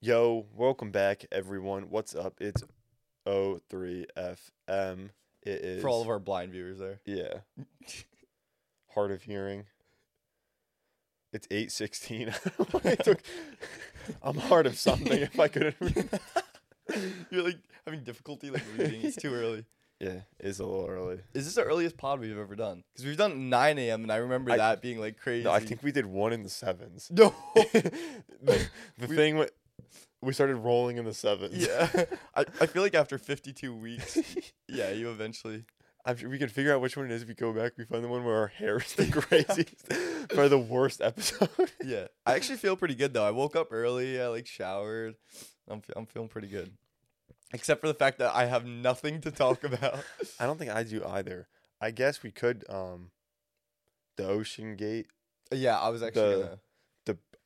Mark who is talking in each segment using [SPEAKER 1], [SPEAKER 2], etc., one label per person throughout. [SPEAKER 1] Yo, welcome back, everyone. What's up? It's O3FM. It is.
[SPEAKER 2] for all of our blind viewers there.
[SPEAKER 1] Yeah. Hard of hearing. It's 816. I don't know why I took- I'm hard of something if I couldn't. re-
[SPEAKER 2] You're like having difficulty like reading. It's too early.
[SPEAKER 1] Yeah, it's a little early.
[SPEAKER 2] Is this the earliest pod we've ever done? Because we've done 9 a.m. and I remember
[SPEAKER 1] I-
[SPEAKER 2] that being like crazy.
[SPEAKER 1] No, I think we did one in the sevens.
[SPEAKER 2] no.
[SPEAKER 1] the the
[SPEAKER 2] We-
[SPEAKER 1] thing with. We started rolling in the sevens.
[SPEAKER 2] yeah, I, I feel like after 52 weeks, yeah, you eventually.
[SPEAKER 1] After we can figure out which one it is if we go back. We find the one where our hair is the craziest for the worst episode.
[SPEAKER 2] Yeah, I actually feel pretty good though. I woke up early. I like showered. I'm fe- I'm feeling pretty good, except for the fact that I have nothing to talk about.
[SPEAKER 1] I don't think I do either. I guess we could um the Ocean Gate.
[SPEAKER 2] yeah, I was actually
[SPEAKER 1] The-
[SPEAKER 2] gonna.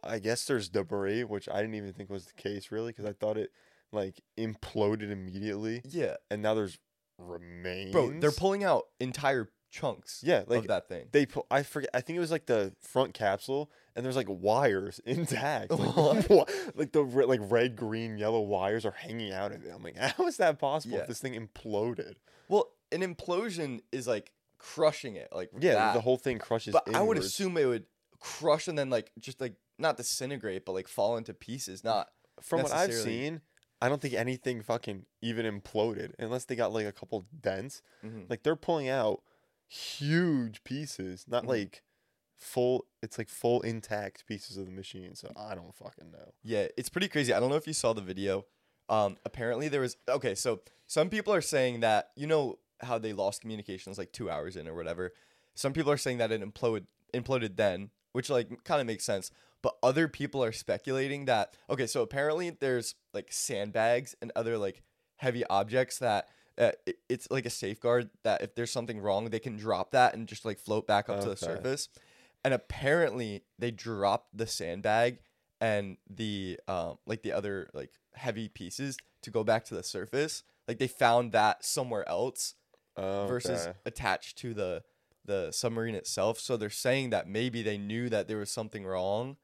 [SPEAKER 1] I guess there's debris, which I didn't even think was the case really, because I thought it like imploded immediately,
[SPEAKER 2] Yeah,
[SPEAKER 1] and now there's remains.
[SPEAKER 2] bro, they're pulling out entire chunks
[SPEAKER 1] yeah, like
[SPEAKER 2] of that thing.
[SPEAKER 1] they pull. I forget. I think it was like the front capsule, and there's like wires intact, like,
[SPEAKER 2] What?
[SPEAKER 1] wa- like the re- like red, green, yellow wires are hanging out of it. I'm like, how is that possible?
[SPEAKER 2] Yeah.
[SPEAKER 1] If this thing imploded,
[SPEAKER 2] Well, an implosion is like crushing it, like
[SPEAKER 1] yeah,
[SPEAKER 2] that.
[SPEAKER 1] the whole thing crushes.
[SPEAKER 2] But I would
[SPEAKER 1] inwards.
[SPEAKER 2] assume it would crush and then like just like not disintegrate, but like fall into pieces. Not
[SPEAKER 1] from what I've
[SPEAKER 2] necessarily.
[SPEAKER 1] seen, I don't think anything fucking even imploded unless they got like a couple dents.
[SPEAKER 2] Mhm.
[SPEAKER 1] Like they're pulling out huge pieces, not
[SPEAKER 2] Mhm.
[SPEAKER 1] like full. It's like full intact pieces of the machine. So I don't fucking know.
[SPEAKER 2] Yeah, it's pretty crazy. I don't know if you saw the video. Um, apparently there was okay. So some people are saying that you know how they lost communications like two hours in or whatever. Some people are saying that it imploded imploded then, which like kind of makes sense. But other people are speculating that okay. So apparently there's like sandbags and other like heavy objects that. Uh, it- it's like a safeguard that if there's something wrong, they can drop that and just like float back up to the
[SPEAKER 1] Okay.
[SPEAKER 2] surface. And apparently, they dropped the sandbag and the um like the other like heavy pieces to go back to the surface like they found that somewhere else versus
[SPEAKER 1] Okay.
[SPEAKER 2] attached to the the submarine itself so they're saying that maybe they knew that there was something wrong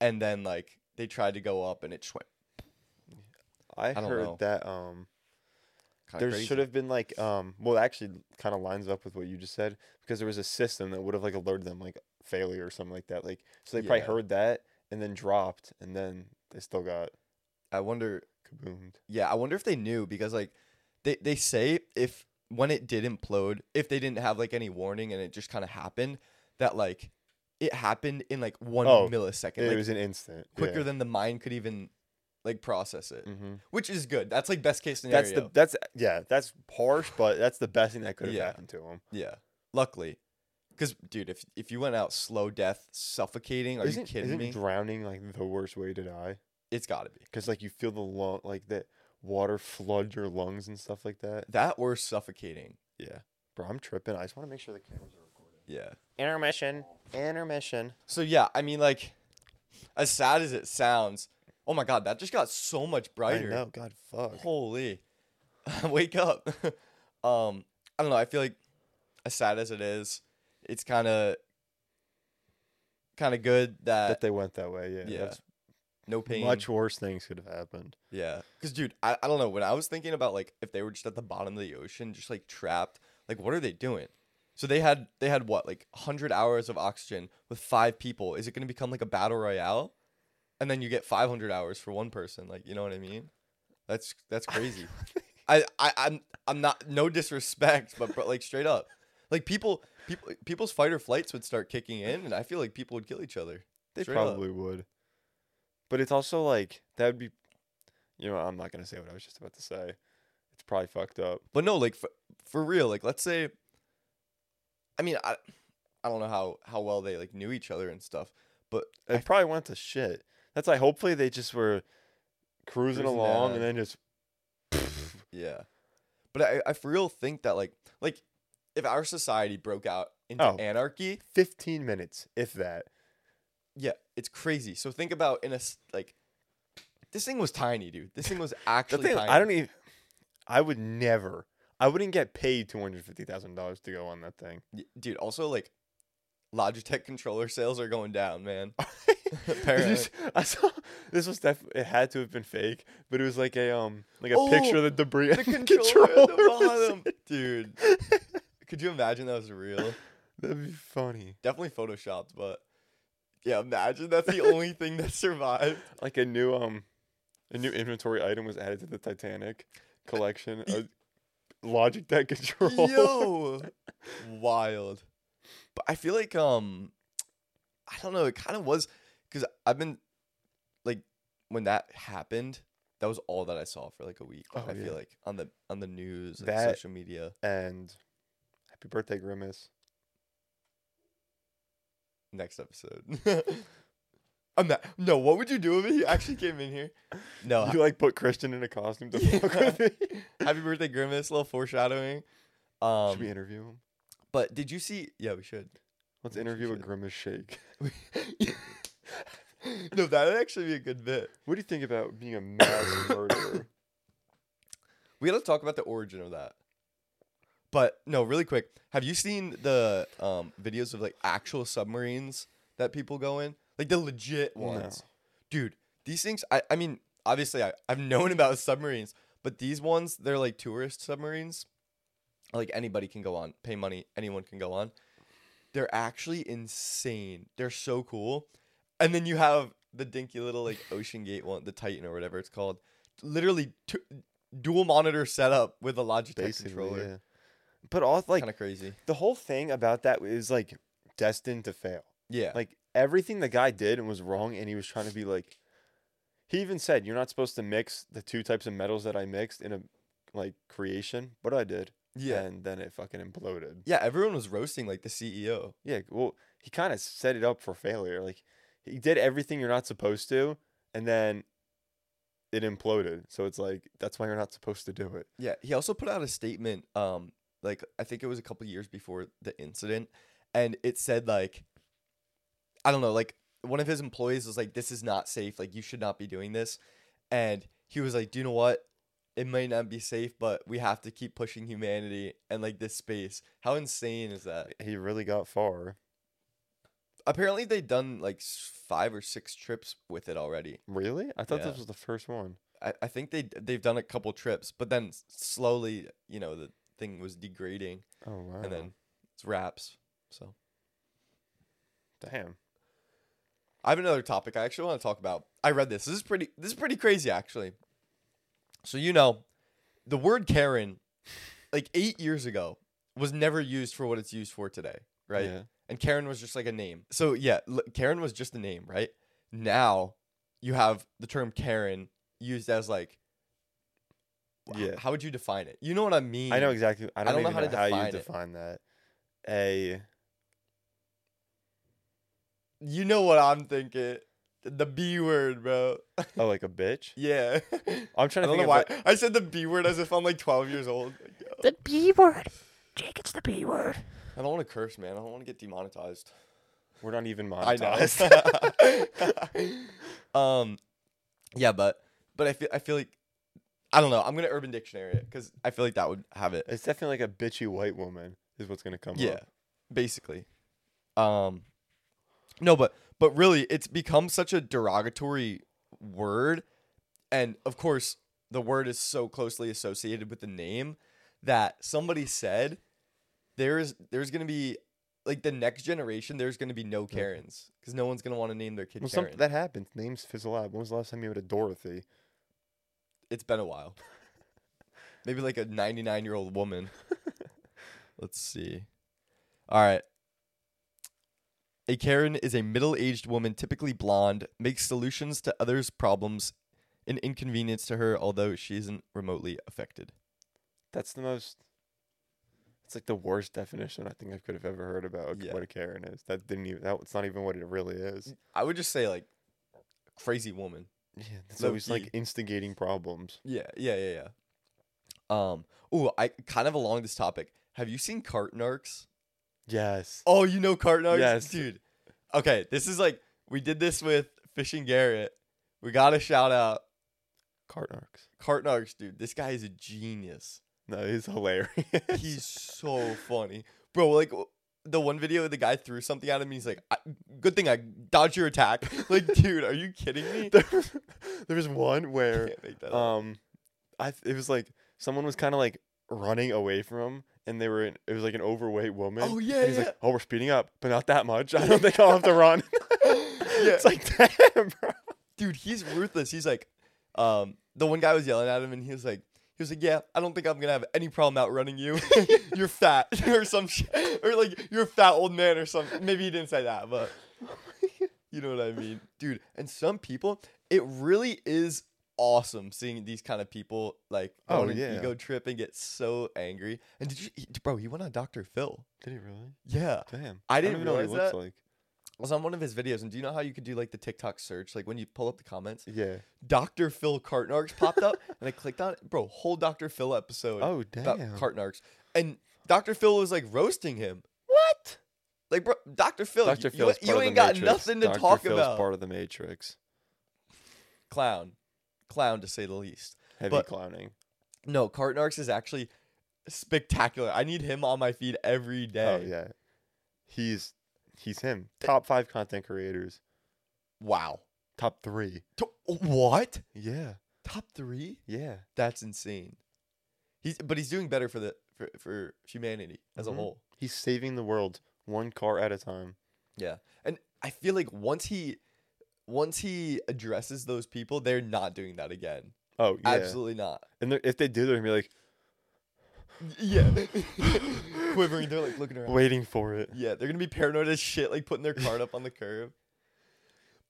[SPEAKER 2] and then like they tried to go up and it just went
[SPEAKER 1] I,
[SPEAKER 2] don't
[SPEAKER 1] heard
[SPEAKER 2] know.
[SPEAKER 1] that um
[SPEAKER 2] kinda
[SPEAKER 1] there
[SPEAKER 2] crazy.
[SPEAKER 1] should have been like um well actually kind of lines up with what you just said because there was a system that would have like alerted them like failure or something like that like so they probably
[SPEAKER 2] Yeah.
[SPEAKER 1] heard that and then dropped and then they still got
[SPEAKER 2] i wonder
[SPEAKER 1] kaboomed.
[SPEAKER 2] Yeah, I wonder if they knew because like they they say if when it did implode, if they didn't have like any warning and it just kind of happened, that like it happened in like one
[SPEAKER 1] Oh,
[SPEAKER 2] millisecond,
[SPEAKER 1] it
[SPEAKER 2] like
[SPEAKER 1] was an instant
[SPEAKER 2] quicker
[SPEAKER 1] yeah.
[SPEAKER 2] than the mind could even like process it,
[SPEAKER 1] Mhm.
[SPEAKER 2] which is good. Mm. That's like best case scenario.
[SPEAKER 1] That's the that's yeah, that's harsh, but that's the best thing that could have
[SPEAKER 2] Yeah.
[SPEAKER 1] happened to him.
[SPEAKER 2] yeah. Luckily, because dude, if if you went out slow death, suffocating, are
[SPEAKER 1] isn't,
[SPEAKER 2] you kidding
[SPEAKER 1] isn't
[SPEAKER 2] me?
[SPEAKER 1] drowning like the worst way to die?
[SPEAKER 2] it's gotta be
[SPEAKER 1] Because like you feel the lung like that water flood your lungs and stuff like that.
[SPEAKER 2] that or suffocating.
[SPEAKER 1] Yeah, bro, I'm tripping. I just want to make sure the cameras are recording.
[SPEAKER 2] Yeah.
[SPEAKER 1] Intermission. Intermission.
[SPEAKER 2] So yeah, I mean like, as sad as it sounds, oh my god, that just got so much brighter.
[SPEAKER 1] I know. God fuck.
[SPEAKER 2] Holy. Wake up. um I don't know, I feel like as sad as it is, it's kind of kind of good that,
[SPEAKER 1] that they went that way. Yeah.
[SPEAKER 2] yeah,
[SPEAKER 1] that's-
[SPEAKER 2] no pain.
[SPEAKER 1] Much worse things could have happened.
[SPEAKER 2] Yeah. Cuz dude, I, I don't know, when I was thinking about like if they were just at the bottom of the ocean just like trapped, like what are they doing? So they had they had what? Like 100 hours of oxygen with 5 people. Is it going to become like a battle royale? And then you get 500 hours for one person, like you know what I mean? That's that's crazy. I, I I'm I'm not no disrespect, but but like straight up, like people people people's fight or flights would start kicking in, and I feel like people would kill each other.
[SPEAKER 1] They
[SPEAKER 2] Straight up.
[SPEAKER 1] probably would. But it's also like that would be you know, I'm not gonna say what I was just about to say. It's probably fucked up.
[SPEAKER 2] But no, like for, for real, like let's say, I mean I I don't know how how well they like knew each other and stuff, but
[SPEAKER 1] It probably went to shit. That's like hopefully they just were cruising,
[SPEAKER 2] Cruising
[SPEAKER 1] along
[SPEAKER 2] down.
[SPEAKER 1] and then just
[SPEAKER 2] yeah, but I I for real think that like like if our society broke out into
[SPEAKER 1] Oh.
[SPEAKER 2] anarchy,
[SPEAKER 1] fifteen minutes, if that.
[SPEAKER 2] yeah, it's crazy. So think about in a s- like. This thing was tiny, dude. This thing was actually
[SPEAKER 1] The thing
[SPEAKER 2] tiny.
[SPEAKER 1] I don't e-, even. I would never. I wouldn't get paid two hundred fifty thousand dollars to go on that thing.
[SPEAKER 2] Y- dude also like Logitech controller sales are going down, man.
[SPEAKER 1] Did
[SPEAKER 2] Apparently.
[SPEAKER 1] you s- I saw this was def- it had to have been fake, but it was like a um like a
[SPEAKER 2] Oh,
[SPEAKER 1] picture of the debris.
[SPEAKER 2] the
[SPEAKER 1] and
[SPEAKER 2] controller at the
[SPEAKER 1] was-
[SPEAKER 2] bottom. Dude. Could you imagine that was real?
[SPEAKER 1] That'd be funny.
[SPEAKER 2] Definitely photoshopped, but yeah, imagine that's the only thing that survived.
[SPEAKER 1] Like a new um a new inventory item was added to the Titanic collection. A Logitech controller.
[SPEAKER 2] Yo. Wild. But I feel like um I don't know, it kind of was cuz I've been like when that happened, that was all that I saw for like a week.
[SPEAKER 1] Oh,
[SPEAKER 2] I
[SPEAKER 1] yeah.
[SPEAKER 2] feel like on the on the news, like
[SPEAKER 1] That-
[SPEAKER 2] social media.
[SPEAKER 1] And happy birthday, Grimace.
[SPEAKER 2] next episode. I'm not. No, what would you do if he actually came in here? No. ha-
[SPEAKER 1] You like put Christian in a costume to fuck
[SPEAKER 2] Oh, Yeah.
[SPEAKER 1] with me.
[SPEAKER 2] happy birthday, Grimace. Little foreshadowing.
[SPEAKER 1] should we
[SPEAKER 2] Um,
[SPEAKER 1] interview him?
[SPEAKER 2] but did you see? Yeah, we should.
[SPEAKER 1] Let's
[SPEAKER 2] we
[SPEAKER 1] interview a
[SPEAKER 2] should.
[SPEAKER 1] Grimace shake.
[SPEAKER 2] no, that'd actually be a good bit.
[SPEAKER 1] What do you think about being a mass murderer?
[SPEAKER 2] We gotta talk about the origin of that. But no, really quick. Have you seen the um, videos of like actual submarines that people go in? Like the legit
[SPEAKER 1] No.
[SPEAKER 2] ones. Dude, these things I, I mean, obviously I, I've known about submarines, but these ones, they're like tourist submarines. Like anybody can go on, pay money, anyone can go on. They're actually insane. They're so cool. And then you have the dinky little like Ocean Gate one, the Titan or whatever it's called. Literally two, dual monitor setup with a Logitech
[SPEAKER 1] Basically,
[SPEAKER 2] controller.
[SPEAKER 1] yeah. But all like
[SPEAKER 2] kind of crazy.
[SPEAKER 1] the whole thing about that is like destined to fail.
[SPEAKER 2] Yeah.
[SPEAKER 1] Like everything the guy did was wrong, and he was trying to be like. He even said, "You're not supposed to mix the two types of metals that I mixed in a like creation," but I did.
[SPEAKER 2] yeah.
[SPEAKER 1] and then it fucking imploded.
[SPEAKER 2] Yeah, everyone was roasting like the E CEO.
[SPEAKER 1] Yeah, well, he kind of set it up for failure. Like he did everything you're not supposed to, and then it imploded. So it's like that's why you're not supposed to do it.
[SPEAKER 2] Yeah, he also put out a statement um like I think it was a couple years before the incident and it said like I don't know, like one of his employees was like this is not safe, like you should not be doing this. And he was like, "Do you know what? It might not be safe, but we have to keep pushing humanity and like this space." How insane is that?
[SPEAKER 1] He really got far.
[SPEAKER 2] Apparently they've done like s- 5 or 6 trips with it already.
[SPEAKER 1] Really? I thought
[SPEAKER 2] Yeah.
[SPEAKER 1] this was the first one.
[SPEAKER 2] I, I think they they've done a couple trips, but then s- slowly, you know, the thing was degrading.
[SPEAKER 1] Oh wow.
[SPEAKER 2] and then it's wraps. So
[SPEAKER 1] damn.
[SPEAKER 2] I have another topic I actually want to talk about. I read this. This is pretty. This is pretty crazy actually. So you know, the word Karen, like eight years ago, was never used for what it's used for today, right?
[SPEAKER 1] Yeah.
[SPEAKER 2] And Karen was just like a name. So yeah, l- Karen was just a name, right? Now you have the term Karen used as like. wh-
[SPEAKER 1] Yeah.
[SPEAKER 2] How would you define it? You know what I mean.
[SPEAKER 1] I know exactly. I don't,
[SPEAKER 2] don't know
[SPEAKER 1] even
[SPEAKER 2] how
[SPEAKER 1] know,
[SPEAKER 2] to
[SPEAKER 1] how,
[SPEAKER 2] define
[SPEAKER 1] you
[SPEAKER 2] it.
[SPEAKER 1] define that. A
[SPEAKER 2] You know what I'm thinking. The B word, bro.
[SPEAKER 1] oh, like a bitch.
[SPEAKER 2] yeah.
[SPEAKER 1] I'm trying to think
[SPEAKER 2] I don't know
[SPEAKER 1] of
[SPEAKER 2] why
[SPEAKER 1] like-
[SPEAKER 2] I said the B word as if I'm like 12 years old.
[SPEAKER 3] The B word. Jake, it's the B word.
[SPEAKER 2] I don't want to curse, man. I don't want to get demonetized.
[SPEAKER 1] we're not even
[SPEAKER 2] I
[SPEAKER 1] monetized.
[SPEAKER 2] know. um, yeah, but but I feel I feel like I don't know. I'm gonna Urban Dictionary it because I feel like that would have it.
[SPEAKER 1] it's definitely like a bitchy white woman is what's gonna come
[SPEAKER 2] Yeah,
[SPEAKER 1] up.
[SPEAKER 2] basically. Um, no, but but really, it's become such a derogatory word, and of course, the word is so closely associated with the name that somebody said there is there's gonna be like the next generation. There's gonna be no Karens because no one's gonna want to name their kid
[SPEAKER 1] Well,
[SPEAKER 2] Karen.
[SPEAKER 1] something that happens. Names fizzle out. When was the last time you had a Dorothy?
[SPEAKER 2] it's been a while. Maybe like a 99 year old woman. Let's see. All right. A Karen is a middle aged woman, typically blonde, makes solutions to others' problems an inconvenience to her, although she isn't remotely affected.
[SPEAKER 1] That's the most. It's like the worst definition I think I could have ever heard about of
[SPEAKER 2] Yeah.
[SPEAKER 1] what a Karen is. That didn't even. That's not even what it really is.
[SPEAKER 2] I would just say, like, crazy woman.
[SPEAKER 1] Yeah, it's always like
[SPEAKER 2] Low-key.
[SPEAKER 1] instigating problems.
[SPEAKER 2] Yeah, yeah, yeah, yeah. Um, oh, I kind of along this topic. Have you seen cart narcs?
[SPEAKER 1] Yes.
[SPEAKER 2] Oh, you know cart knives?
[SPEAKER 1] Yes.
[SPEAKER 2] Dude. Okay, this is like we did this with Fish and Garrett. We gotta shout out
[SPEAKER 1] Cartnarks.
[SPEAKER 2] Cart Narks, dude. This guy is a genius.
[SPEAKER 1] No, he's hilarious.
[SPEAKER 2] He's so funny. Bro, like w- the one video the guy threw something at him and he's like I, good thing i dodged your attack like dude are you kidding me
[SPEAKER 1] there was, there was one where
[SPEAKER 2] Can't make that up.
[SPEAKER 1] um i th- it was like someone was kind of like running away from him and they were in, it was like an overweight woman
[SPEAKER 2] Oh, yeah,
[SPEAKER 1] and he's
[SPEAKER 2] yeah.
[SPEAKER 1] like oh we're speeding up but not that much i don't think i'll have to run it's like damn bro
[SPEAKER 2] dude he's ruthless he's like um the one guy was yelling at him and he was like he was like yeah i don't think i'm gonna have any problem outrunning you you're fat or some shit or like you're a fat old man or something maybe he didn't say that but you know what i mean dude and some people it really is awesome seeing these kind of people like go
[SPEAKER 1] Oh,
[SPEAKER 2] on an
[SPEAKER 1] yeah.
[SPEAKER 2] ego trip and get so angry and did you he- bro he went on dr phil
[SPEAKER 1] did he really
[SPEAKER 2] yeah
[SPEAKER 1] damn
[SPEAKER 2] I
[SPEAKER 1] don't
[SPEAKER 2] didn't
[SPEAKER 1] even know what he
[SPEAKER 2] realize
[SPEAKER 1] looks like
[SPEAKER 2] I was on one of his videos and do you know how you could do like the tiktok search like when you pull up the comments
[SPEAKER 1] yeah
[SPEAKER 2] Dr. Phil Cartnarks popped up and I clicked on it. Bro, whole Dr. Phil episode
[SPEAKER 1] oh
[SPEAKER 2] about
[SPEAKER 1] damn
[SPEAKER 2] Cartnarks. And Dr. Phil was like roasting him. What? Like, bro, Dr. Phil,
[SPEAKER 1] Dr.
[SPEAKER 2] you-
[SPEAKER 1] Phil
[SPEAKER 2] you, you ain't got nothing to
[SPEAKER 1] Dr.
[SPEAKER 2] talk
[SPEAKER 1] Phil's
[SPEAKER 2] about.
[SPEAKER 1] part of the matrix
[SPEAKER 2] Clown. Clown, to say the least.
[SPEAKER 1] heavy
[SPEAKER 2] But-
[SPEAKER 1] clowning
[SPEAKER 2] No, Cartnarks is actually spectacular. I need him on my feed every day.
[SPEAKER 1] oh yeah he's he's him top five content creators
[SPEAKER 2] Wow.
[SPEAKER 1] top three
[SPEAKER 2] To- what?
[SPEAKER 1] yeah
[SPEAKER 2] Top three?
[SPEAKER 1] yeah
[SPEAKER 2] That's insane. He's but he's doing better for the for, for humanity as
[SPEAKER 1] Mhm.
[SPEAKER 2] a whole.
[SPEAKER 1] He's saving the world one car at a time.
[SPEAKER 2] Yeah. And I feel like once he once he addresses those people, they're not doing that again.
[SPEAKER 1] Oh, yeah.
[SPEAKER 2] Absolutely not.
[SPEAKER 1] And they're- if they do, they're gonna be like
[SPEAKER 2] Yeah. Quivering, they're like looking around.
[SPEAKER 1] waiting for it.
[SPEAKER 2] Yeah, they're gonna be paranoid as shit, like putting their card up on the curb.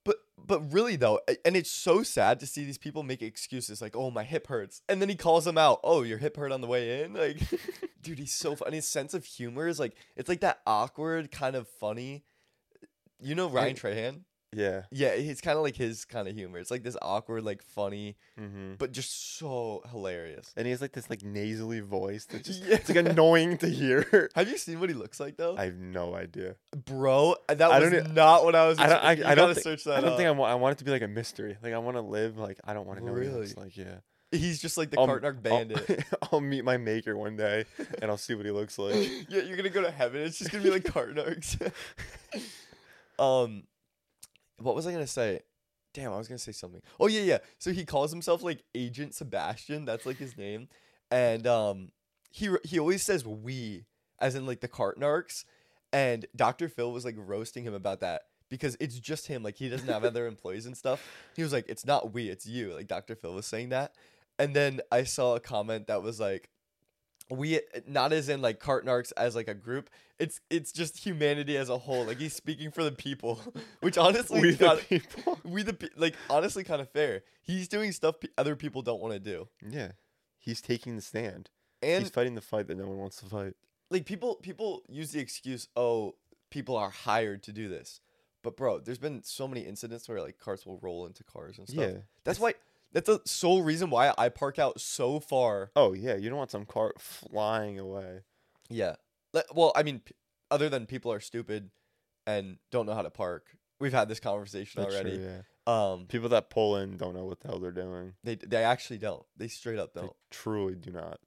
[SPEAKER 2] But but really though, a- and it's so sad to see these people make excuses like, "Oh, my hip hurts," and then he calls them out. "Oh, your hip hurt on the way in." Like, dude, he's so funny. His sense of humor is like it's like that awkward kind of funny. You know Ryan Trahan?
[SPEAKER 1] Yeah.
[SPEAKER 2] Yeah, it's kind of like his kind of humor. It's like this awkward, like funny,
[SPEAKER 1] Mm-hmm.
[SPEAKER 2] but just so hilarious.
[SPEAKER 1] And he has like this like nasally voice that just
[SPEAKER 2] Yeah.
[SPEAKER 1] it's like annoying to hear.
[SPEAKER 2] Have you seen what he looks like though,
[SPEAKER 1] I have no idea.
[SPEAKER 2] bro? That
[SPEAKER 1] I
[SPEAKER 2] was
[SPEAKER 1] don't e-
[SPEAKER 2] not what I was.
[SPEAKER 1] I don't.
[SPEAKER 2] expect- you
[SPEAKER 1] I, I
[SPEAKER 2] gotta
[SPEAKER 1] don't. Think,
[SPEAKER 2] search that.
[SPEAKER 1] I don't
[SPEAKER 2] up.
[SPEAKER 1] think I want. I want it to be like a mystery. Like I want to live. Like I don't want to know what he
[SPEAKER 2] Really?
[SPEAKER 1] looks like. Yeah.
[SPEAKER 2] He's just like the
[SPEAKER 1] I'll-
[SPEAKER 2] Cartnark Bandit.
[SPEAKER 1] I'll, I'll meet my maker one day, and I'll see what he looks like.
[SPEAKER 2] yeah, you're gonna go to heaven. It's just gonna be like Cartnarks. um, what was I gonna say? Damn, I was gonna say something. Oh yeah, yeah. So he calls himself like Agent Sebastian. That's like his name, and um, he r- he always says we as in like the Cartnarks, and Dr. Phil was like roasting him about that because it's just him. Like he doesn't have other employees and stuff. He was like, it's not we, it's you. Like Dr. Phil was saying that, and then I saw a comment that was like we not as in like Cartnarks as like a group. It's it's just humanity as a whole. Like he's speaking for the people, which honestly
[SPEAKER 1] we
[SPEAKER 2] is
[SPEAKER 1] the
[SPEAKER 2] not-
[SPEAKER 1] people.
[SPEAKER 2] we the pe- like honestly kind of fair. He's doing stuff pe- other people don't want to do,
[SPEAKER 1] Yeah. He's taking the stand.
[SPEAKER 2] and
[SPEAKER 1] He's fighting the fight that no one wants to fight.
[SPEAKER 2] like people people use the excuse, oh, people are hired to do this. But bro, there's been so many incidents where like cars will roll into cars and stuff.
[SPEAKER 1] Yeah.
[SPEAKER 2] That's why. That's the sole reason why I park out so far
[SPEAKER 1] Oh yeah. You don't want some car flying away.
[SPEAKER 2] Yeah. Le- Well, I mean, p- other than people are stupid and don't know how to park, we've had this conversation
[SPEAKER 1] That's true,
[SPEAKER 2] already.
[SPEAKER 1] yeah.
[SPEAKER 2] Um,
[SPEAKER 1] People that pull in don't know what the hell they're doing.
[SPEAKER 2] they they actually don't. They straight up
[SPEAKER 1] They
[SPEAKER 2] don't.
[SPEAKER 1] truly do not.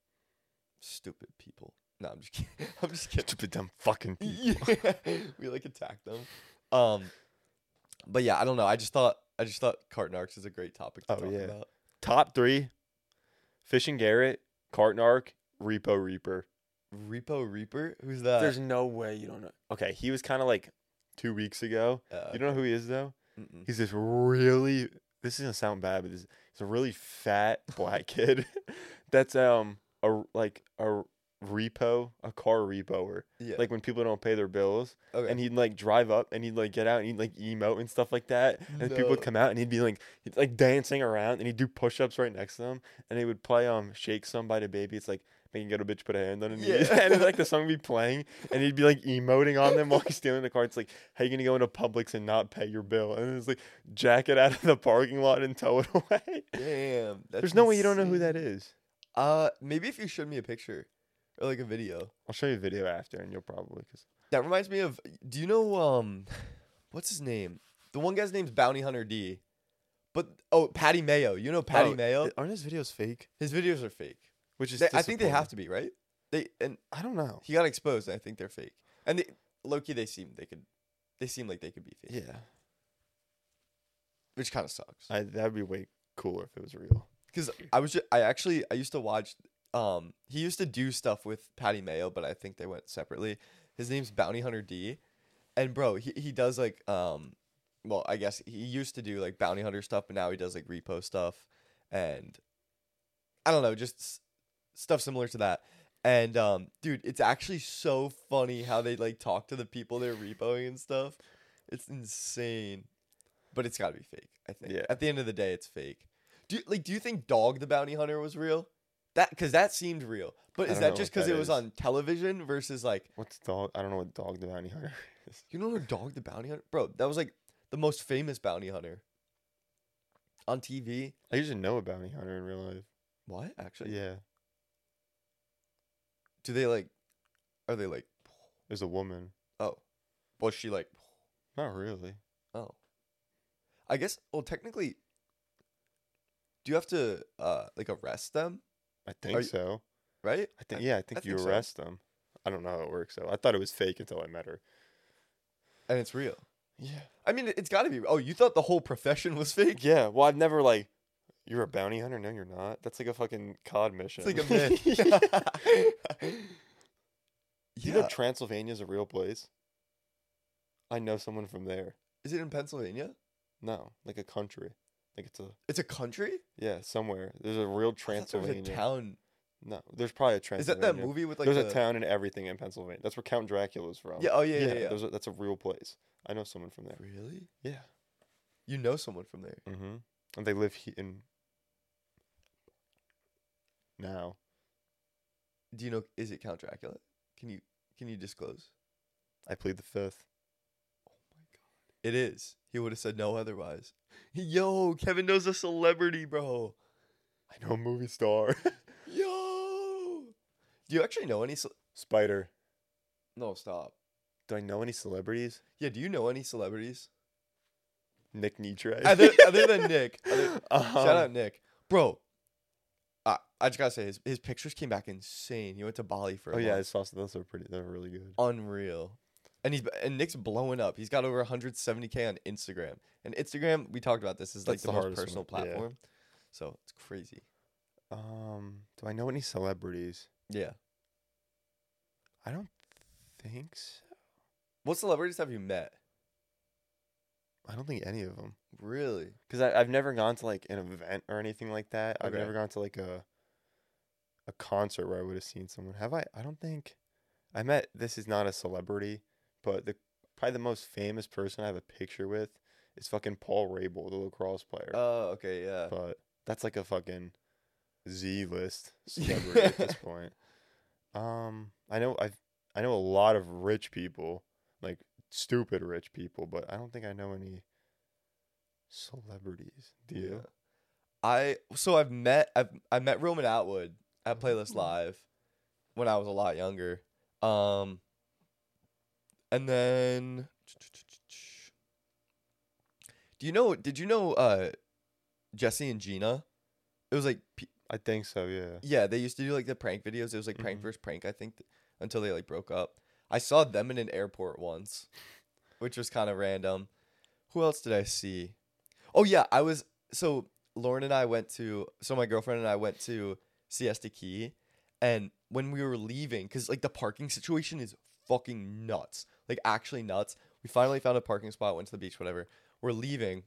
[SPEAKER 2] Stupid people. No, I'm just kidding. I'm just kidding.
[SPEAKER 1] Stupid dumb fucking
[SPEAKER 2] Mm.
[SPEAKER 1] people.
[SPEAKER 2] yeah. we like attack them. Um, but yeah, I don't know. I just thought I just thought Cartnarks is a great topic to
[SPEAKER 1] Oh,
[SPEAKER 2] talk
[SPEAKER 1] yeah.
[SPEAKER 2] about.
[SPEAKER 1] Top three: Fish and Garrett, Cartnark, Repo Reaper.
[SPEAKER 2] Repo Reaper, who's that?
[SPEAKER 1] no way you don't know. Uh, Okay, he was kind of like two weeks ago.
[SPEAKER 2] Uh,
[SPEAKER 1] You don't know who he is though.
[SPEAKER 2] mm-mm.
[SPEAKER 1] He's this really. This is gonna sound bad, but this, he's a really fat black kid. That's um a r- like a repo, a car repoer.
[SPEAKER 2] yeah.
[SPEAKER 1] Like when people don't pay their bills,
[SPEAKER 2] okay.
[SPEAKER 1] and he'd like drive up and he'd like get out and he'd like emote and stuff like that. And then people
[SPEAKER 2] No.
[SPEAKER 1] would come out and he'd be like he'd, like dancing around and he'd do push ups right next to them and he would play um shake somebody baby. It's like making little bitch put a hand on her knees.
[SPEAKER 2] Yeah.
[SPEAKER 1] and like the song would be playing and he'd be like emoting on them while he's stealing the car. It's like, how you gonna go into Publix and not pay your bill? And it's like jack it out of the parking lot and tow it away.
[SPEAKER 2] Damn.
[SPEAKER 1] There's no way you don't know who that is.
[SPEAKER 2] Uh, maybe if you showed me a picture or like a video.
[SPEAKER 1] I'll show you a video after and you'll probably cause
[SPEAKER 2] That reminds me of do you know um what's his name? The one guy's name's Bounty Hunter D. But oh, Patty Mayo. You know Patty
[SPEAKER 1] Oh,
[SPEAKER 2] Mayo?
[SPEAKER 1] aren't his videos fake?
[SPEAKER 2] His videos are fake.
[SPEAKER 1] Which is
[SPEAKER 2] They- I think they
[SPEAKER 1] disappointing.
[SPEAKER 2] have to be, right? They and
[SPEAKER 1] I don't know.
[SPEAKER 2] he got exposed and I think they're fake. And they, Loki, they seem they could, they seem like they could be fake,
[SPEAKER 1] Yeah.
[SPEAKER 2] which kind of sucks.
[SPEAKER 1] I, that'd be way cooler if it was real.
[SPEAKER 2] Because I was just, I actually I used to watch um he used to do stuff with Patty Mayo, but I think they went separately. His name's Bounty Hunter D. And bro, he, he does like um well, I guess he used to do like bounty hunter stuff, but now he does like repo stuff and I don't know, just s- stuff similar to that. And um dude, it's actually so funny how they like talk to the people they're repoing and stuff. It's insane. But it's got to be fake, I think.
[SPEAKER 1] Yeah.
[SPEAKER 2] At the end of the day, it's fake. Do you- like do you think Dog the Bounty Hunter was real? That cuz that seemed real. But
[SPEAKER 1] I
[SPEAKER 2] is
[SPEAKER 1] don't know
[SPEAKER 2] that just
[SPEAKER 1] what
[SPEAKER 2] cuz
[SPEAKER 1] that
[SPEAKER 2] it was
[SPEAKER 1] is.
[SPEAKER 2] on television versus like
[SPEAKER 1] What's dog? I don't know what dog the bounty hunter is.
[SPEAKER 2] you know who Dog the Bounty Hunter? Bro, that was like the most famous bounty hunter on TV.
[SPEAKER 1] I usually know a bounty hunter in real life.
[SPEAKER 2] What? Actually?
[SPEAKER 1] Yeah,
[SPEAKER 2] Do they like are they like
[SPEAKER 1] there's a woman.
[SPEAKER 2] oh. Was she like
[SPEAKER 1] Not really.
[SPEAKER 2] oh. I guess well technically do you have to uh like arrest them,
[SPEAKER 1] I think
[SPEAKER 2] you-
[SPEAKER 1] so.
[SPEAKER 2] right?
[SPEAKER 1] I think yeah. I think you
[SPEAKER 2] think so.
[SPEAKER 1] arrest them. I don't know how it works though. I thought it was fake until I met her.
[SPEAKER 2] And it's real.
[SPEAKER 1] Yeah.
[SPEAKER 2] I mean, it's got to be. Oh, you thought the whole profession was fake?
[SPEAKER 1] Yeah. Well, I've never like. You're a bounty hunter? No, you're not. That's like a fucking COD mission.
[SPEAKER 2] It's like a myth.
[SPEAKER 1] you know, Transylvania's a real place. I know someone from there.
[SPEAKER 2] Is it in Pennsylvania?
[SPEAKER 1] No, like a country. Like it's a
[SPEAKER 2] It's a country?
[SPEAKER 1] yeah somewhere. There's a real
[SPEAKER 2] I thought there was
[SPEAKER 1] Transylvania.
[SPEAKER 2] a town.
[SPEAKER 1] No, there's probably a
[SPEAKER 2] Is
[SPEAKER 1] Transylvania.
[SPEAKER 2] that that movie with like
[SPEAKER 1] there's
[SPEAKER 2] the-
[SPEAKER 1] a town and everything in Pennsylvania. That's where Count Dracula was from.
[SPEAKER 2] Yeah. Oh yeah. Yeah. yeah,
[SPEAKER 1] There's a, that's a real place. I know someone from there.
[SPEAKER 2] Really?
[SPEAKER 1] Yeah.
[SPEAKER 2] You know someone from there?
[SPEAKER 1] Mm-hmm. And they live he- in now.
[SPEAKER 2] Do you know? Is it Count Dracula? Can you can you disclose?
[SPEAKER 1] I plead the fifth.
[SPEAKER 2] It is. He would have said no otherwise. Yo, Kevin knows a celebrity, bro.
[SPEAKER 1] I know a movie star.
[SPEAKER 2] Yo. Do you actually know any? Ce-
[SPEAKER 1] Spider.
[SPEAKER 2] no, stop.
[SPEAKER 1] Do I know any celebrities?
[SPEAKER 2] Yeah. Do you know any celebrities?
[SPEAKER 1] Nick Nitre.
[SPEAKER 2] other, other than Nick. other- shout out
[SPEAKER 1] Um,
[SPEAKER 2] Nick, bro. I I just gotta say his his pictures came back insane. He went to Bali for a
[SPEAKER 1] Oh yeah, I
[SPEAKER 2] month.
[SPEAKER 1] saw those are pretty. They're really good.
[SPEAKER 2] unreal. And he's and Nick's blowing up. He's got over 170k on Instagram. And Instagram, we talked about this, is like
[SPEAKER 1] That's
[SPEAKER 2] the,
[SPEAKER 1] the
[SPEAKER 2] most
[SPEAKER 1] hardest
[SPEAKER 2] personal
[SPEAKER 1] one, yeah.
[SPEAKER 2] platform. So it's crazy.
[SPEAKER 1] Um, do I know any celebrities?
[SPEAKER 2] Yeah.
[SPEAKER 1] I don't think so.
[SPEAKER 2] What celebrities have you met?
[SPEAKER 1] I don't think any of them.
[SPEAKER 2] Really?
[SPEAKER 1] because I've never gone to like an event or anything like that. I've
[SPEAKER 2] Okay.
[SPEAKER 1] never gone to like a a concert where I would have seen someone. Have I? I don't think I met. This is not a celebrity, but the probably the most famous person I have a picture with is fucking Paul Rabel, the lacrosse player.
[SPEAKER 2] Oh, okay, yeah.
[SPEAKER 1] but that's like a fucking Z list celebrity at this point. Um, I know I've I know a lot of rich people, like stupid rich people, but I don't think I know any celebrities. Do you?
[SPEAKER 2] Yeah. I so I've met I've I met Roman Atwood at Playlist Live when I was a lot younger. Um and then Do you know did you know uh Jesse and Gina? It was like p-
[SPEAKER 1] I think so. Yeah.
[SPEAKER 2] yeah, they used to do like the prank videos. It was like prank
[SPEAKER 1] Mhm.
[SPEAKER 2] versus prank, I think, until they like broke up. I saw them in an airport once, which was kind of random. Who else did I see? Oh yeah, I was so Lauren and I went to so my girlfriend and I went to Siesta Key, and when we were leaving, because like the parking situation is fucking nuts, like actually nuts. We finally found a parking spot, went to the beach, whatever. We're leaving,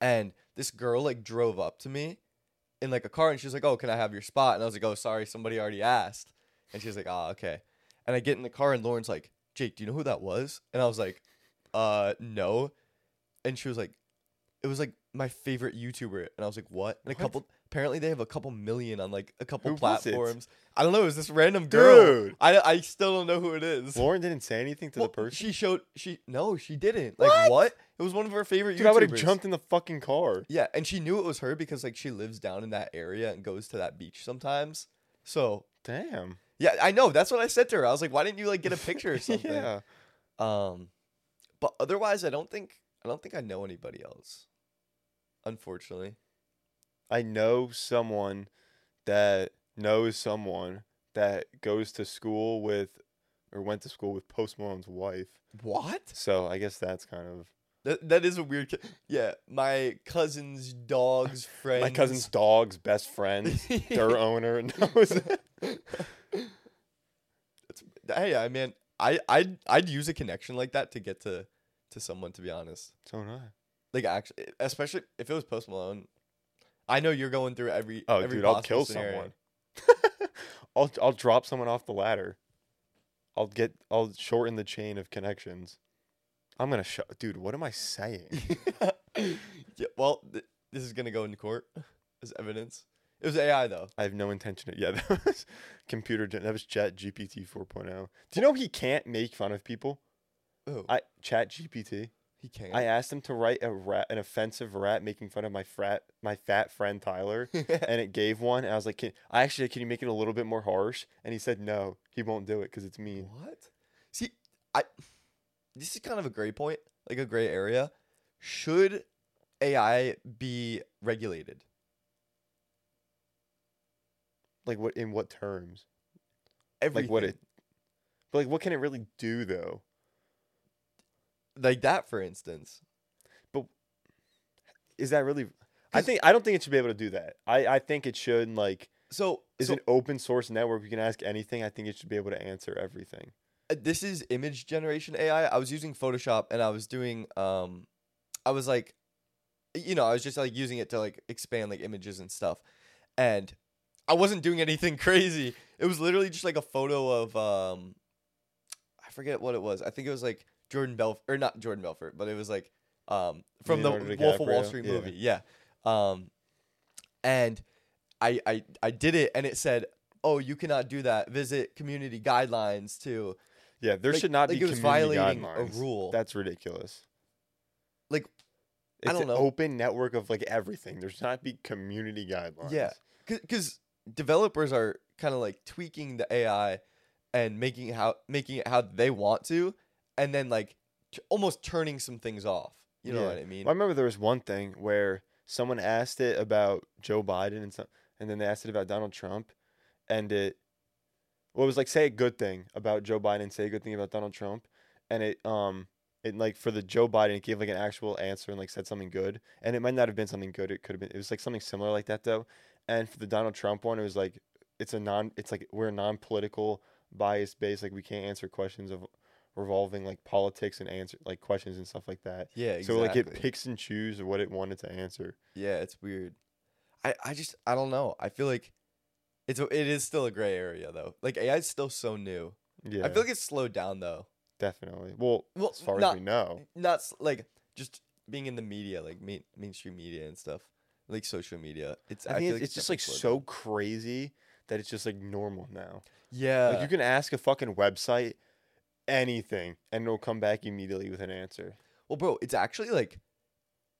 [SPEAKER 2] and this girl like drove up to me in like a car and she was like, Oh, can I have your spot? And I was like, Oh, sorry, somebody already asked. And she was like, Ah, okay. And I get in the car and Lauren's like, Jake, do you know who that was? And I was like, Uh, no. And she was like, It was like my favorite YouTuber. And I was like, What? And a
[SPEAKER 1] What?
[SPEAKER 2] couple apparently they have a couple million on like a couple
[SPEAKER 1] Who was it?
[SPEAKER 2] platforms. I don't know, it was this random girl.
[SPEAKER 1] Dude.
[SPEAKER 2] I I still don't know who it is.
[SPEAKER 1] Lauren didn't say anything to
[SPEAKER 2] Well,
[SPEAKER 1] the person.
[SPEAKER 2] She showed she no, she didn't. Like what? It was one of her favorite
[SPEAKER 1] Dude, I would have
[SPEAKER 2] YouTubers.
[SPEAKER 1] jumped in the fucking car.
[SPEAKER 2] Yeah, and she knew it was her because like she lives down in that area and goes to that beach sometimes. So
[SPEAKER 1] Damn.
[SPEAKER 2] yeah, I know. That's what I said to her. I was like, why didn't you like get a picture or something?
[SPEAKER 1] yeah.
[SPEAKER 2] Um but otherwise I don't think I don't think I know anybody else. Unfortunately.
[SPEAKER 1] I know someone that knows someone that goes to school with or went to school with Post Malone's wife.
[SPEAKER 2] What?
[SPEAKER 1] So I guess that's kind of
[SPEAKER 2] That, that is a weird. Ca- yeah, my cousin's dog's friend.
[SPEAKER 1] my cousin's dog's best friend, their owner knows.
[SPEAKER 2] hey, I mean, I I'd, I'd use a connection like that to get to to someone. To be honest,
[SPEAKER 1] so do I.
[SPEAKER 2] like actually, especially if it was Post Malone. I know you're going through every.
[SPEAKER 1] Oh,
[SPEAKER 2] every
[SPEAKER 1] dude, I'll
[SPEAKER 2] possible
[SPEAKER 1] kill
[SPEAKER 2] scenario.
[SPEAKER 1] someone. I'll I'll drop someone off the ladder. I'll get I'll shorten the chain of connections. I'm gonna show, dude. What am I saying?
[SPEAKER 2] yeah, well, th- this is gonna go into court as evidence. It was AI though.
[SPEAKER 1] I have no intention. Of, yeah, that was computer. gen- That was Chat GPT 4.0. oh. Do you know he can't make fun of people?
[SPEAKER 2] Oh,
[SPEAKER 1] I Chat GPT.
[SPEAKER 2] he can't.
[SPEAKER 1] I asked him to write a rat, an offensive rat making fun of my frat, my fat friend Tyler, and it gave one. And I was like, can, I actually can you make it a little bit more harsh? And he said no, he won't do it because it's mean.
[SPEAKER 2] What? See, I this is kind of a gray point, like a gray area. Should AI be regulated?
[SPEAKER 1] Like what in what terms?
[SPEAKER 2] Everything.
[SPEAKER 1] Like what it But like what can it really do though?
[SPEAKER 2] like that for instance.
[SPEAKER 1] Is that really I
[SPEAKER 2] 'Cause-
[SPEAKER 1] think I don't think it should be able to do that. I I think it should like
[SPEAKER 2] So,
[SPEAKER 1] is
[SPEAKER 2] so
[SPEAKER 1] an open source network you can ask anything. I think it should be able to answer everything.
[SPEAKER 2] uh, this is image generation AI. I was using Photoshop and I was doing um I was like you know, I was just like using it to like expand like images and stuff. And I wasn't doing anything crazy. It was literally just like a photo of um I forget what it was. I think it was like Jordan Belf or not Jordan Belfort, but it was like um from the
[SPEAKER 1] Leonardo
[SPEAKER 2] Wolf of Wall
[SPEAKER 1] DiCaprio?
[SPEAKER 2] Street
[SPEAKER 1] Yeah.
[SPEAKER 2] movie. Yeah. Um and I I I did it and it said, "Oh, you cannot do that. Visit community guidelines to
[SPEAKER 1] Yeah, there
[SPEAKER 2] Like-
[SPEAKER 1] should not
[SPEAKER 2] like
[SPEAKER 1] be
[SPEAKER 2] it was
[SPEAKER 1] community
[SPEAKER 2] violating a
[SPEAKER 1] guidelines.
[SPEAKER 2] rule.
[SPEAKER 1] That's ridiculous.
[SPEAKER 2] Like, I
[SPEAKER 1] it's
[SPEAKER 2] don't
[SPEAKER 1] an
[SPEAKER 2] know.
[SPEAKER 1] open network of like everything. There should not be community guidelines.
[SPEAKER 2] because developers are kind of like tweaking the AI and making it how making it how they want to, and then like t- almost turning some things off. You know
[SPEAKER 1] Yeah.
[SPEAKER 2] what I mean?
[SPEAKER 1] Well, I remember there was one thing where someone asked it about Joe Biden and some, and then they asked it about Donald Trump, and it, well, it was like say a good thing about Joe Biden, say a good thing about Donald Trump, and it um it like for the Joe Biden it gave like an actual answer and like said something good, and it might not have been something good. It could have been it was like something similar like that though, and for the Donald Trump one it was like it's a non it's like we're a non political bias based like we can't answer questions of revolving like politics and answer like questions and stuff like that
[SPEAKER 2] yeah, exactly.
[SPEAKER 1] so like it picks and chooses what it wanted to answer.
[SPEAKER 2] yeah, it's weird. I I just I don't know. I feel like it's a, it is still a gray area though. Like AI is still so new.
[SPEAKER 1] Yeah,
[SPEAKER 2] I feel like it's slowed down though.
[SPEAKER 1] definitely. Well,
[SPEAKER 2] Well,
[SPEAKER 1] as far
[SPEAKER 2] not-
[SPEAKER 1] as we know,
[SPEAKER 2] not s- like just being in the media, like main, mainstream media and stuff, like social media. It's
[SPEAKER 1] I think
[SPEAKER 2] feel
[SPEAKER 1] it's, it's just like
[SPEAKER 2] definitely slowed
[SPEAKER 1] so crazy that it's just like normal now.
[SPEAKER 2] down. Yeah,
[SPEAKER 1] like you can ask a fucking website anything, and it'll come back immediately with an answer.
[SPEAKER 2] well, bro, it's actually like,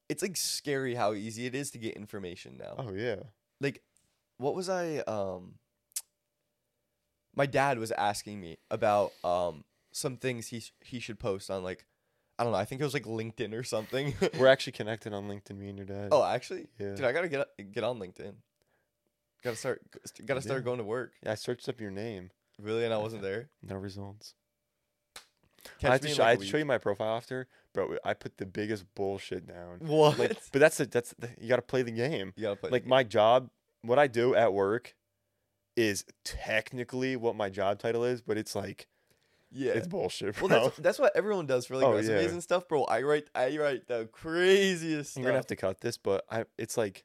[SPEAKER 2] it's like scary how easy it is to get information now.
[SPEAKER 1] Oh yeah,
[SPEAKER 2] Like, what was I? Um, my dad was asking me about um some things he sh- he should post on like, I don't know. I think it was like LinkedIn or something.
[SPEAKER 1] we're actually connected on LinkedIn. Me and your dad.
[SPEAKER 2] oh, actually,
[SPEAKER 1] yeah.
[SPEAKER 2] dude, I gotta get get on LinkedIn. Gotta start. Gotta start
[SPEAKER 1] Yeah.
[SPEAKER 2] going to work.
[SPEAKER 1] Yeah, I searched up your name.
[SPEAKER 2] Really, and I wasn't there.
[SPEAKER 1] No results.
[SPEAKER 2] Catch
[SPEAKER 1] I have to,
[SPEAKER 2] me in,
[SPEAKER 1] show,
[SPEAKER 2] like,
[SPEAKER 1] I
[SPEAKER 2] a
[SPEAKER 1] have to show
[SPEAKER 2] week.
[SPEAKER 1] you my profile after, but I put the biggest bullshit down.
[SPEAKER 2] What?
[SPEAKER 1] Like, but that's a, that's you got to play the game.
[SPEAKER 2] you gotta play.
[SPEAKER 1] like my job what i do at work is technically what my job title is but it's like
[SPEAKER 2] yeah.
[SPEAKER 1] it's bullshit bro.
[SPEAKER 2] well, that's that's what everyone does for like
[SPEAKER 1] Oh,
[SPEAKER 2] resumes
[SPEAKER 1] yeah.
[SPEAKER 2] and stuff, bro. I write I write the craziest.
[SPEAKER 1] i'm
[SPEAKER 2] Stuff.
[SPEAKER 1] gonna have to cut this but i it's like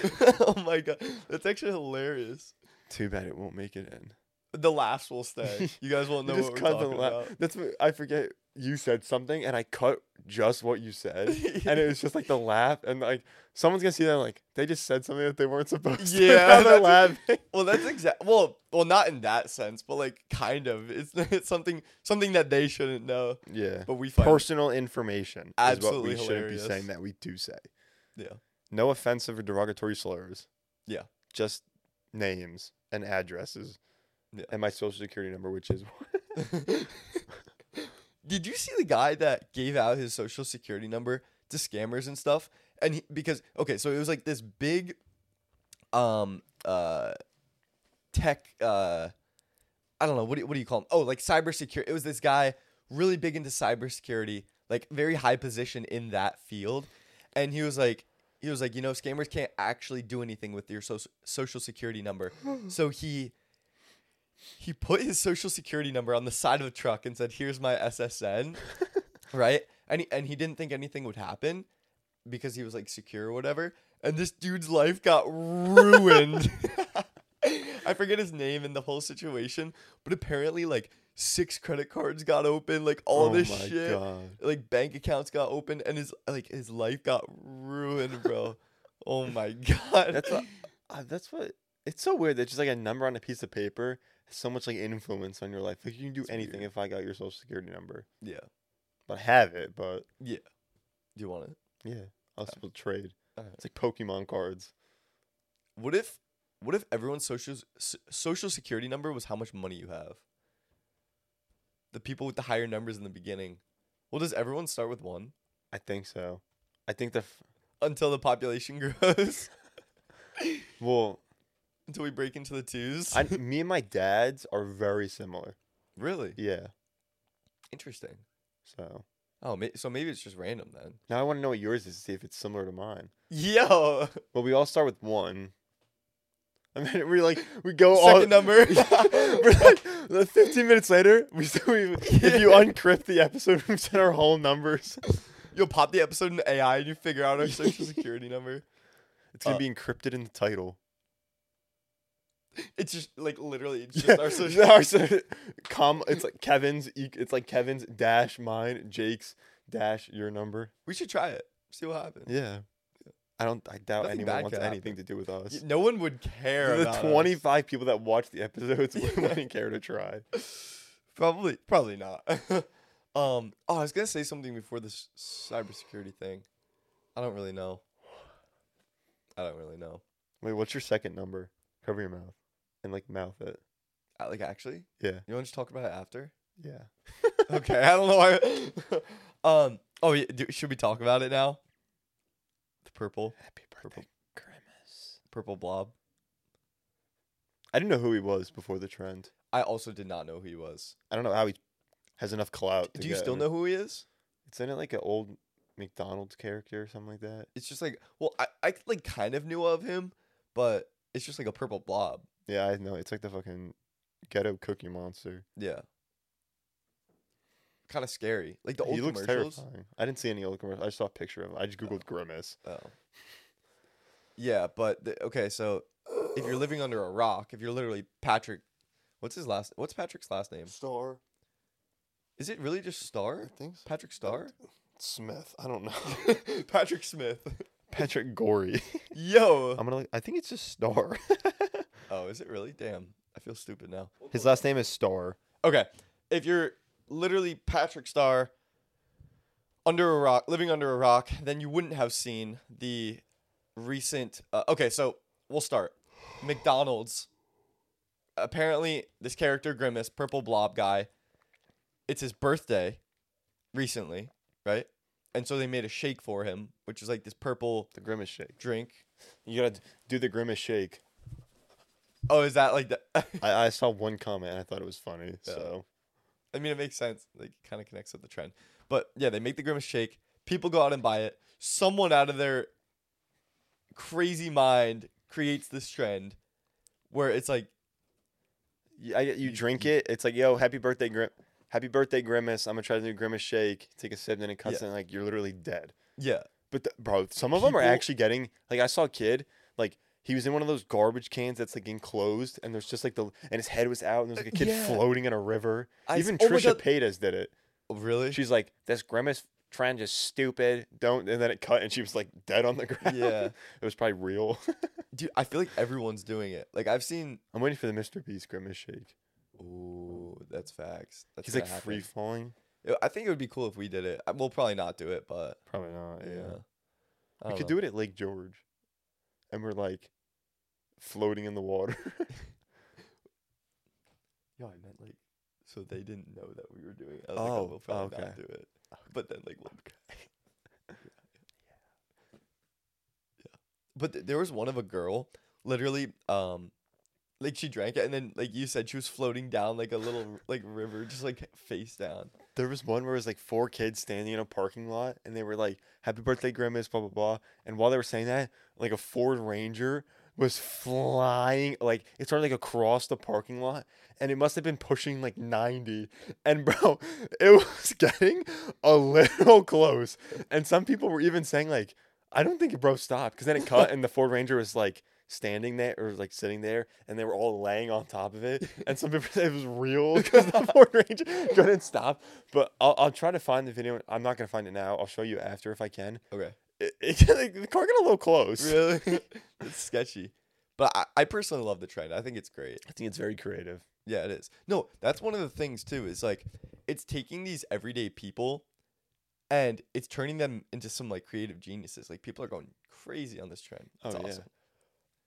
[SPEAKER 2] oh my god, that's actually hilarious.
[SPEAKER 1] too bad it won't make it in
[SPEAKER 2] The laughs will stay. You guys won't
[SPEAKER 1] You
[SPEAKER 2] know
[SPEAKER 1] just
[SPEAKER 2] what we're
[SPEAKER 1] cut the
[SPEAKER 2] talking
[SPEAKER 1] la-
[SPEAKER 2] about.
[SPEAKER 1] that's what i forget you said something and i cut just what you said and it was just like the laugh and like someone's gonna see that like they just said something that they weren't supposed to
[SPEAKER 2] Yeah,
[SPEAKER 1] now they're
[SPEAKER 2] that's-
[SPEAKER 1] laughing
[SPEAKER 2] well, that's exact. Well, well, not in that sense, but like kind of. It's it's something something that they shouldn't know,
[SPEAKER 1] yeah
[SPEAKER 2] but we find.
[SPEAKER 1] personal information
[SPEAKER 2] Absolutely
[SPEAKER 1] is what we shouldn't be
[SPEAKER 2] hilarious.
[SPEAKER 1] saying that we do say
[SPEAKER 2] yeah.
[SPEAKER 1] No offensive or derogatory slurs.
[SPEAKER 2] Yeah.
[SPEAKER 1] Just names and addresses.
[SPEAKER 2] Yeah.
[SPEAKER 1] And my social security number, which is
[SPEAKER 2] Did you see the guy that gave out his social security number to scammers and stuff? And he, because okay, so it was like this big um uh tech uh I don't know what do you, what do you call him? Oh, like cybersecurity. It was this guy really big into cybersecurity, like very high position in that field, and he was like he was like you know scammers can't actually do anything with your social social security number, so he he put his social security number on the side of a truck and said here's my SSN, right? And he, and he didn't think anything would happen because he was like secure or whatever. And this dude's life got ruined. I forget his name and the whole situation, but apparently like six credit cards got open, like all
[SPEAKER 1] oh
[SPEAKER 2] this
[SPEAKER 1] my
[SPEAKER 2] shit.
[SPEAKER 1] god.
[SPEAKER 2] Like bank accounts got open and his like his life got ruined, bro. oh my god.
[SPEAKER 1] That's what, uh, that's what it's so weird that just like a number on a piece of paper has so much like influence on your life. Like you can do
[SPEAKER 2] It's
[SPEAKER 1] anything
[SPEAKER 2] weird.
[SPEAKER 1] if I got your social security number.
[SPEAKER 2] yeah.
[SPEAKER 1] But I have it, but
[SPEAKER 2] Do you want it?
[SPEAKER 1] yeah, I'll
[SPEAKER 2] Uh,
[SPEAKER 1] still trade.
[SPEAKER 2] Alright.
[SPEAKER 1] It's like Pokemon cards.
[SPEAKER 2] What if what if everyone's social s- social security number was how much money you have? The people with the higher numbers in the beginning. Well, does everyone start with one
[SPEAKER 1] I think so. I think the f-
[SPEAKER 2] until the population grows?
[SPEAKER 1] well,
[SPEAKER 2] until we break into the twos?
[SPEAKER 1] I, me and my dad's are very similar.
[SPEAKER 2] really
[SPEAKER 1] Yeah.
[SPEAKER 2] interesting.
[SPEAKER 1] So
[SPEAKER 2] Oh, may- so maybe it's just random then.
[SPEAKER 1] now I want to know what yours is to see if it's similar to mine.
[SPEAKER 2] Yo,
[SPEAKER 1] Well, we all start with one. And then we like we go all
[SPEAKER 2] second number.
[SPEAKER 1] We're like the 15 minutes later. We, so we if you
[SPEAKER 2] Yeah.
[SPEAKER 1] uncrypt the episode, we send our whole numbers.
[SPEAKER 2] You'll pop the episode in AI and you figure out our social security number.
[SPEAKER 1] It's gonna
[SPEAKER 2] Uh,
[SPEAKER 1] be encrypted in the title.
[SPEAKER 2] It's just like literally it's just
[SPEAKER 1] Yeah,
[SPEAKER 2] our social.
[SPEAKER 1] our so- com. It's like Kevin's. e- It's like Kevin's dash mine. Jake's dash your number.
[SPEAKER 2] We should try it. See what happens.
[SPEAKER 1] Yeah. I don't. I doubt
[SPEAKER 2] Nothing
[SPEAKER 1] anyone
[SPEAKER 2] bad
[SPEAKER 1] wants
[SPEAKER 2] could
[SPEAKER 1] anything to do with us.
[SPEAKER 2] Y- No one would care.
[SPEAKER 1] the
[SPEAKER 2] about us.
[SPEAKER 1] 25 people that watch the episodes wouldn't care to try.
[SPEAKER 2] Probably, probably not. um, oh, I was gonna say something before this cybersecurity thing. I don't really know. I don't really know.
[SPEAKER 1] Wait, what's your second number? Cover your mouth and like mouth it.
[SPEAKER 2] I, Uh, like, actually,
[SPEAKER 1] Yeah.
[SPEAKER 2] you want to talk about it after?
[SPEAKER 1] Yeah.
[SPEAKER 2] okay, I don't know why. um, oh, yeah, do, should we talk about it now? The purple,
[SPEAKER 1] Happy
[SPEAKER 2] Purple.
[SPEAKER 1] Grimace.
[SPEAKER 2] purple blob.
[SPEAKER 1] I didn't know who he was before the trend.
[SPEAKER 2] I also did not know who he was.
[SPEAKER 1] I don't know how he has enough clout. to
[SPEAKER 2] Do you
[SPEAKER 1] get
[SPEAKER 2] still
[SPEAKER 1] in.
[SPEAKER 2] know who he is?
[SPEAKER 1] Isn't it like an old McDonald's character or something like that?
[SPEAKER 2] It's just like, well, I, I like kind of knew of him, but it's just like a purple blob.
[SPEAKER 1] Yeah, I know. It's like the fucking ghetto cookie monster.
[SPEAKER 2] Yeah. Kind of scary. Like the old
[SPEAKER 1] he looks
[SPEAKER 2] commercials.
[SPEAKER 1] terrifying. I didn't see any old commercials. I just saw a picture of him. I just googled grimace.
[SPEAKER 2] Oh. Yeah, but the, okay, so if you're living under a rock, if you're literally Patrick, what's his last? What's Patrick's last name?
[SPEAKER 1] Star,
[SPEAKER 2] Is it really just Star?
[SPEAKER 1] think so.
[SPEAKER 2] Patrick Star?
[SPEAKER 1] Smith. I don't know.
[SPEAKER 2] Patrick Smith.
[SPEAKER 1] Patrick Gory.
[SPEAKER 2] Yo.
[SPEAKER 1] I'm gonna. Look, I think it's just Star.
[SPEAKER 2] Oh, is it really? Damn, I feel stupid now.
[SPEAKER 1] His last name is Star.
[SPEAKER 2] Okay, if you're literally Patrick Star under a rock, living under a rock, then you wouldn't have seen the recent. Uh, okay, so we'll start. McDonald's. Apparently, this character Grimace, purple blob guy, it's his birthday recently, right? And so they made a shake for him, which is like this purple
[SPEAKER 1] The grimace shake.
[SPEAKER 2] drink.
[SPEAKER 1] You gotta d- do the grimace shake.
[SPEAKER 2] Oh, is that like the?
[SPEAKER 1] I, I saw one comment and I thought it was funny. So
[SPEAKER 2] I mean, it makes sense. Like, it kind of connects with the trend. But yeah, they make the grimace shake. People go out and buy it. Someone out of their crazy mind creates this trend where it's like,
[SPEAKER 1] you, I, you drink it. It's like, yo, happy birthday, Grim. Happy birthday, Grimace. I'm gonna try the new Grimace shake. Take a sip, then it cuts
[SPEAKER 2] Yeah.
[SPEAKER 1] in. Like you're literally dead.
[SPEAKER 2] yeah,
[SPEAKER 1] But th- bro, some of them are
[SPEAKER 2] People-
[SPEAKER 1] actually getting. Like I saw a kid. Like he was in one of those garbage cans that's like enclosed, and there's just like the and his head was out, and there's like a kid
[SPEAKER 2] Yeah.
[SPEAKER 1] floating in a river.
[SPEAKER 2] I s-
[SPEAKER 1] Even
[SPEAKER 2] oh my
[SPEAKER 1] Trisha
[SPEAKER 2] God.
[SPEAKER 1] Paytas did it.
[SPEAKER 2] oh, really?
[SPEAKER 1] She's like, this Grimace trend is stupid. Don't. And then it cut, and she was like dead on the ground.
[SPEAKER 2] Yeah.
[SPEAKER 1] it was probably real.
[SPEAKER 2] Dude, I feel like everyone's doing it. Like, I've seen.
[SPEAKER 1] I'm waiting for the Mr. Beast Grimace shake.
[SPEAKER 2] Ooh, that's facts. That's
[SPEAKER 1] He's like
[SPEAKER 2] gonna
[SPEAKER 1] free
[SPEAKER 2] happen.
[SPEAKER 1] falling.
[SPEAKER 2] Yeah, I think it would be cool if we did it. Uh, We'll probably not do it, but
[SPEAKER 1] Probably not.
[SPEAKER 2] yeah.
[SPEAKER 1] Yeah.
[SPEAKER 2] I
[SPEAKER 1] we
[SPEAKER 2] don't
[SPEAKER 1] could
[SPEAKER 2] know.
[SPEAKER 1] do it at Lake George, and we're like floating in the water.
[SPEAKER 2] Yo, I meant like, so they didn't know that we were doing it. I was like, oh,
[SPEAKER 1] Oh,
[SPEAKER 2] we'll probably not
[SPEAKER 1] okay.
[SPEAKER 2] do it. But then like, we'll... yeah, yeah. But th- there was one of a girl, literally, um, like she drank it and then like you said she was floating down like a little like river just like face down
[SPEAKER 1] There was one where it was like four kids standing in a parking lot and they were like, Happy birthday, grandmas, blah, blah, blah. And while they were saying that, like a Ford Ranger was flying, like it started like across the parking lot and it must have been pushing like 90. And bro, it was getting a little close. And some people were even saying, like, I don't think it bro stopped because then it cut and the Ford Ranger was like, Standing there or like sitting there, and they were all laying on top of it. And some people said it was real because the Ford Ranger couldn't stop. But I'll, I'll try to find the video. I'm not gonna find it now. I'll show you after if I can.
[SPEAKER 2] okay
[SPEAKER 1] It, it, like, the car got a little close.
[SPEAKER 2] really it's sketchy but I, I personally love the trend i think it's great
[SPEAKER 1] I think it's very creative.
[SPEAKER 2] yeah it is no that's one of the things too is like it's taking these everyday people and it's turning them into some like creative geniuses like people are going crazy on this trend it's
[SPEAKER 1] Oh, yeah.
[SPEAKER 2] awesome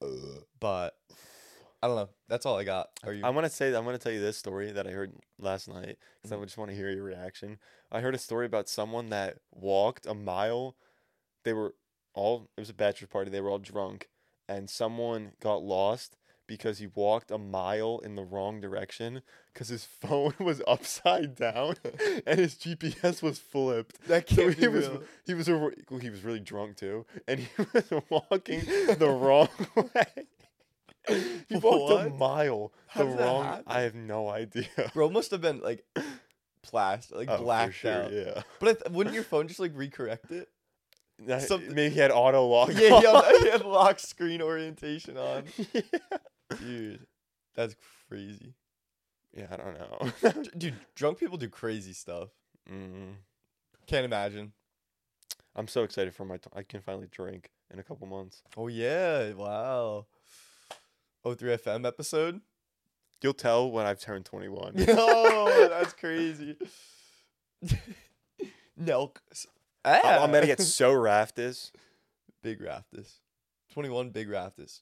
[SPEAKER 2] Uh, but i don't know that's all i got are you
[SPEAKER 1] I want to say I want to tell you this story that I heard last night because
[SPEAKER 2] Mm-hmm.
[SPEAKER 1] I just want to hear your reaction. I heard a story about someone that walked a mile. They were all it was a bachelor party. They were all drunk, and someone got lost because he walked a mile in the wrong direction because his phone was upside down and his GPS was flipped.
[SPEAKER 2] that
[SPEAKER 1] So
[SPEAKER 2] can't
[SPEAKER 1] he
[SPEAKER 2] be
[SPEAKER 1] was
[SPEAKER 2] real.
[SPEAKER 1] he was over, he was really drunk too, and he was walking the wrong way. He walked a
[SPEAKER 2] What?
[SPEAKER 1] mile
[SPEAKER 2] How
[SPEAKER 1] the
[SPEAKER 2] does that
[SPEAKER 1] wrong.
[SPEAKER 2] happen?
[SPEAKER 1] I have no idea.
[SPEAKER 2] Bro must have been like plastic, like
[SPEAKER 1] Oh, for
[SPEAKER 2] blacked
[SPEAKER 1] sure,
[SPEAKER 2] out.
[SPEAKER 1] Yeah.
[SPEAKER 2] But I th- wouldn't your phone just like recorrect it?
[SPEAKER 1] That-
[SPEAKER 2] Something-
[SPEAKER 1] Maybe he had auto lock.
[SPEAKER 2] yeah, he
[SPEAKER 1] on.
[SPEAKER 2] had, he had lock screen orientation on. Dude, that's crazy.
[SPEAKER 1] yeah. I don't know.
[SPEAKER 2] D- Dude, drunk people do crazy stuff.
[SPEAKER 1] mm.
[SPEAKER 2] Can't imagine.
[SPEAKER 1] I'm so excited for my. T- I can finally drink in a couple months.
[SPEAKER 2] Oh yeah, wow. Oh, O3FM episode.
[SPEAKER 1] You'll tell when I've turned 21.
[SPEAKER 2] No, Oh, that's crazy. Nelk. S-
[SPEAKER 1] I- I'm gonna
[SPEAKER 2] Ah.
[SPEAKER 1] get so raftus.
[SPEAKER 2] Big Raftus. 21 Big Raftus.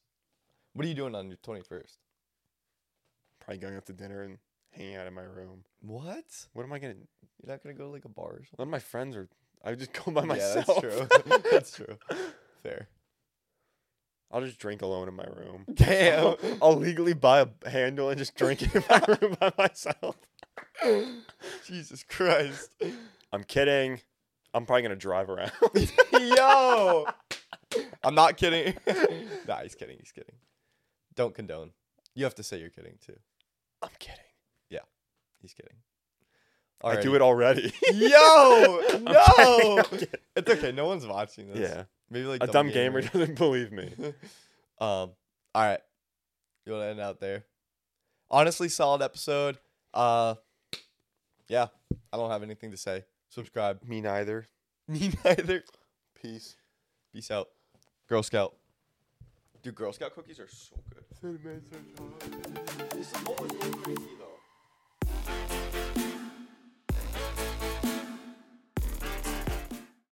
[SPEAKER 2] What are you doing on your 21st?
[SPEAKER 1] Probably going out to dinner and hanging out in my room.
[SPEAKER 2] What?
[SPEAKER 1] What am I gonna?
[SPEAKER 2] You're not gonna go to like a bar or something?
[SPEAKER 1] None of my friends are. I would just go by
[SPEAKER 2] Yeah,
[SPEAKER 1] myself.
[SPEAKER 2] that's true. that's true. Fair.
[SPEAKER 1] I'll just drink alone in my room.
[SPEAKER 2] Damn.
[SPEAKER 1] I'll, I'll legally buy a handle and just drink it in my room by myself.
[SPEAKER 2] Jesus Christ.
[SPEAKER 1] I'm kidding. I'm probably gonna drive around.
[SPEAKER 2] Yo. I'm not kidding. nah, he's kidding. He's kidding. Don't condone. You have to say you're kidding too.
[SPEAKER 1] I'm kidding.
[SPEAKER 2] He's kidding.
[SPEAKER 1] I do it already.
[SPEAKER 2] Yo,
[SPEAKER 1] I'm kidding,
[SPEAKER 2] no.
[SPEAKER 1] I'm kidding.
[SPEAKER 2] It's okay. No one's watching this.
[SPEAKER 1] Yeah,
[SPEAKER 2] Maybe like
[SPEAKER 1] a dumb gamer doesn't believe me.
[SPEAKER 2] um, all right. You want to end out there? Honestly, solid episode. Uh, yeah, I don't have anything to say. Subscribe.
[SPEAKER 1] Me neither.
[SPEAKER 2] Me neither.
[SPEAKER 1] Peace.
[SPEAKER 2] Peace out. Girl Scout. Dude, Girl Scout cookies are so good.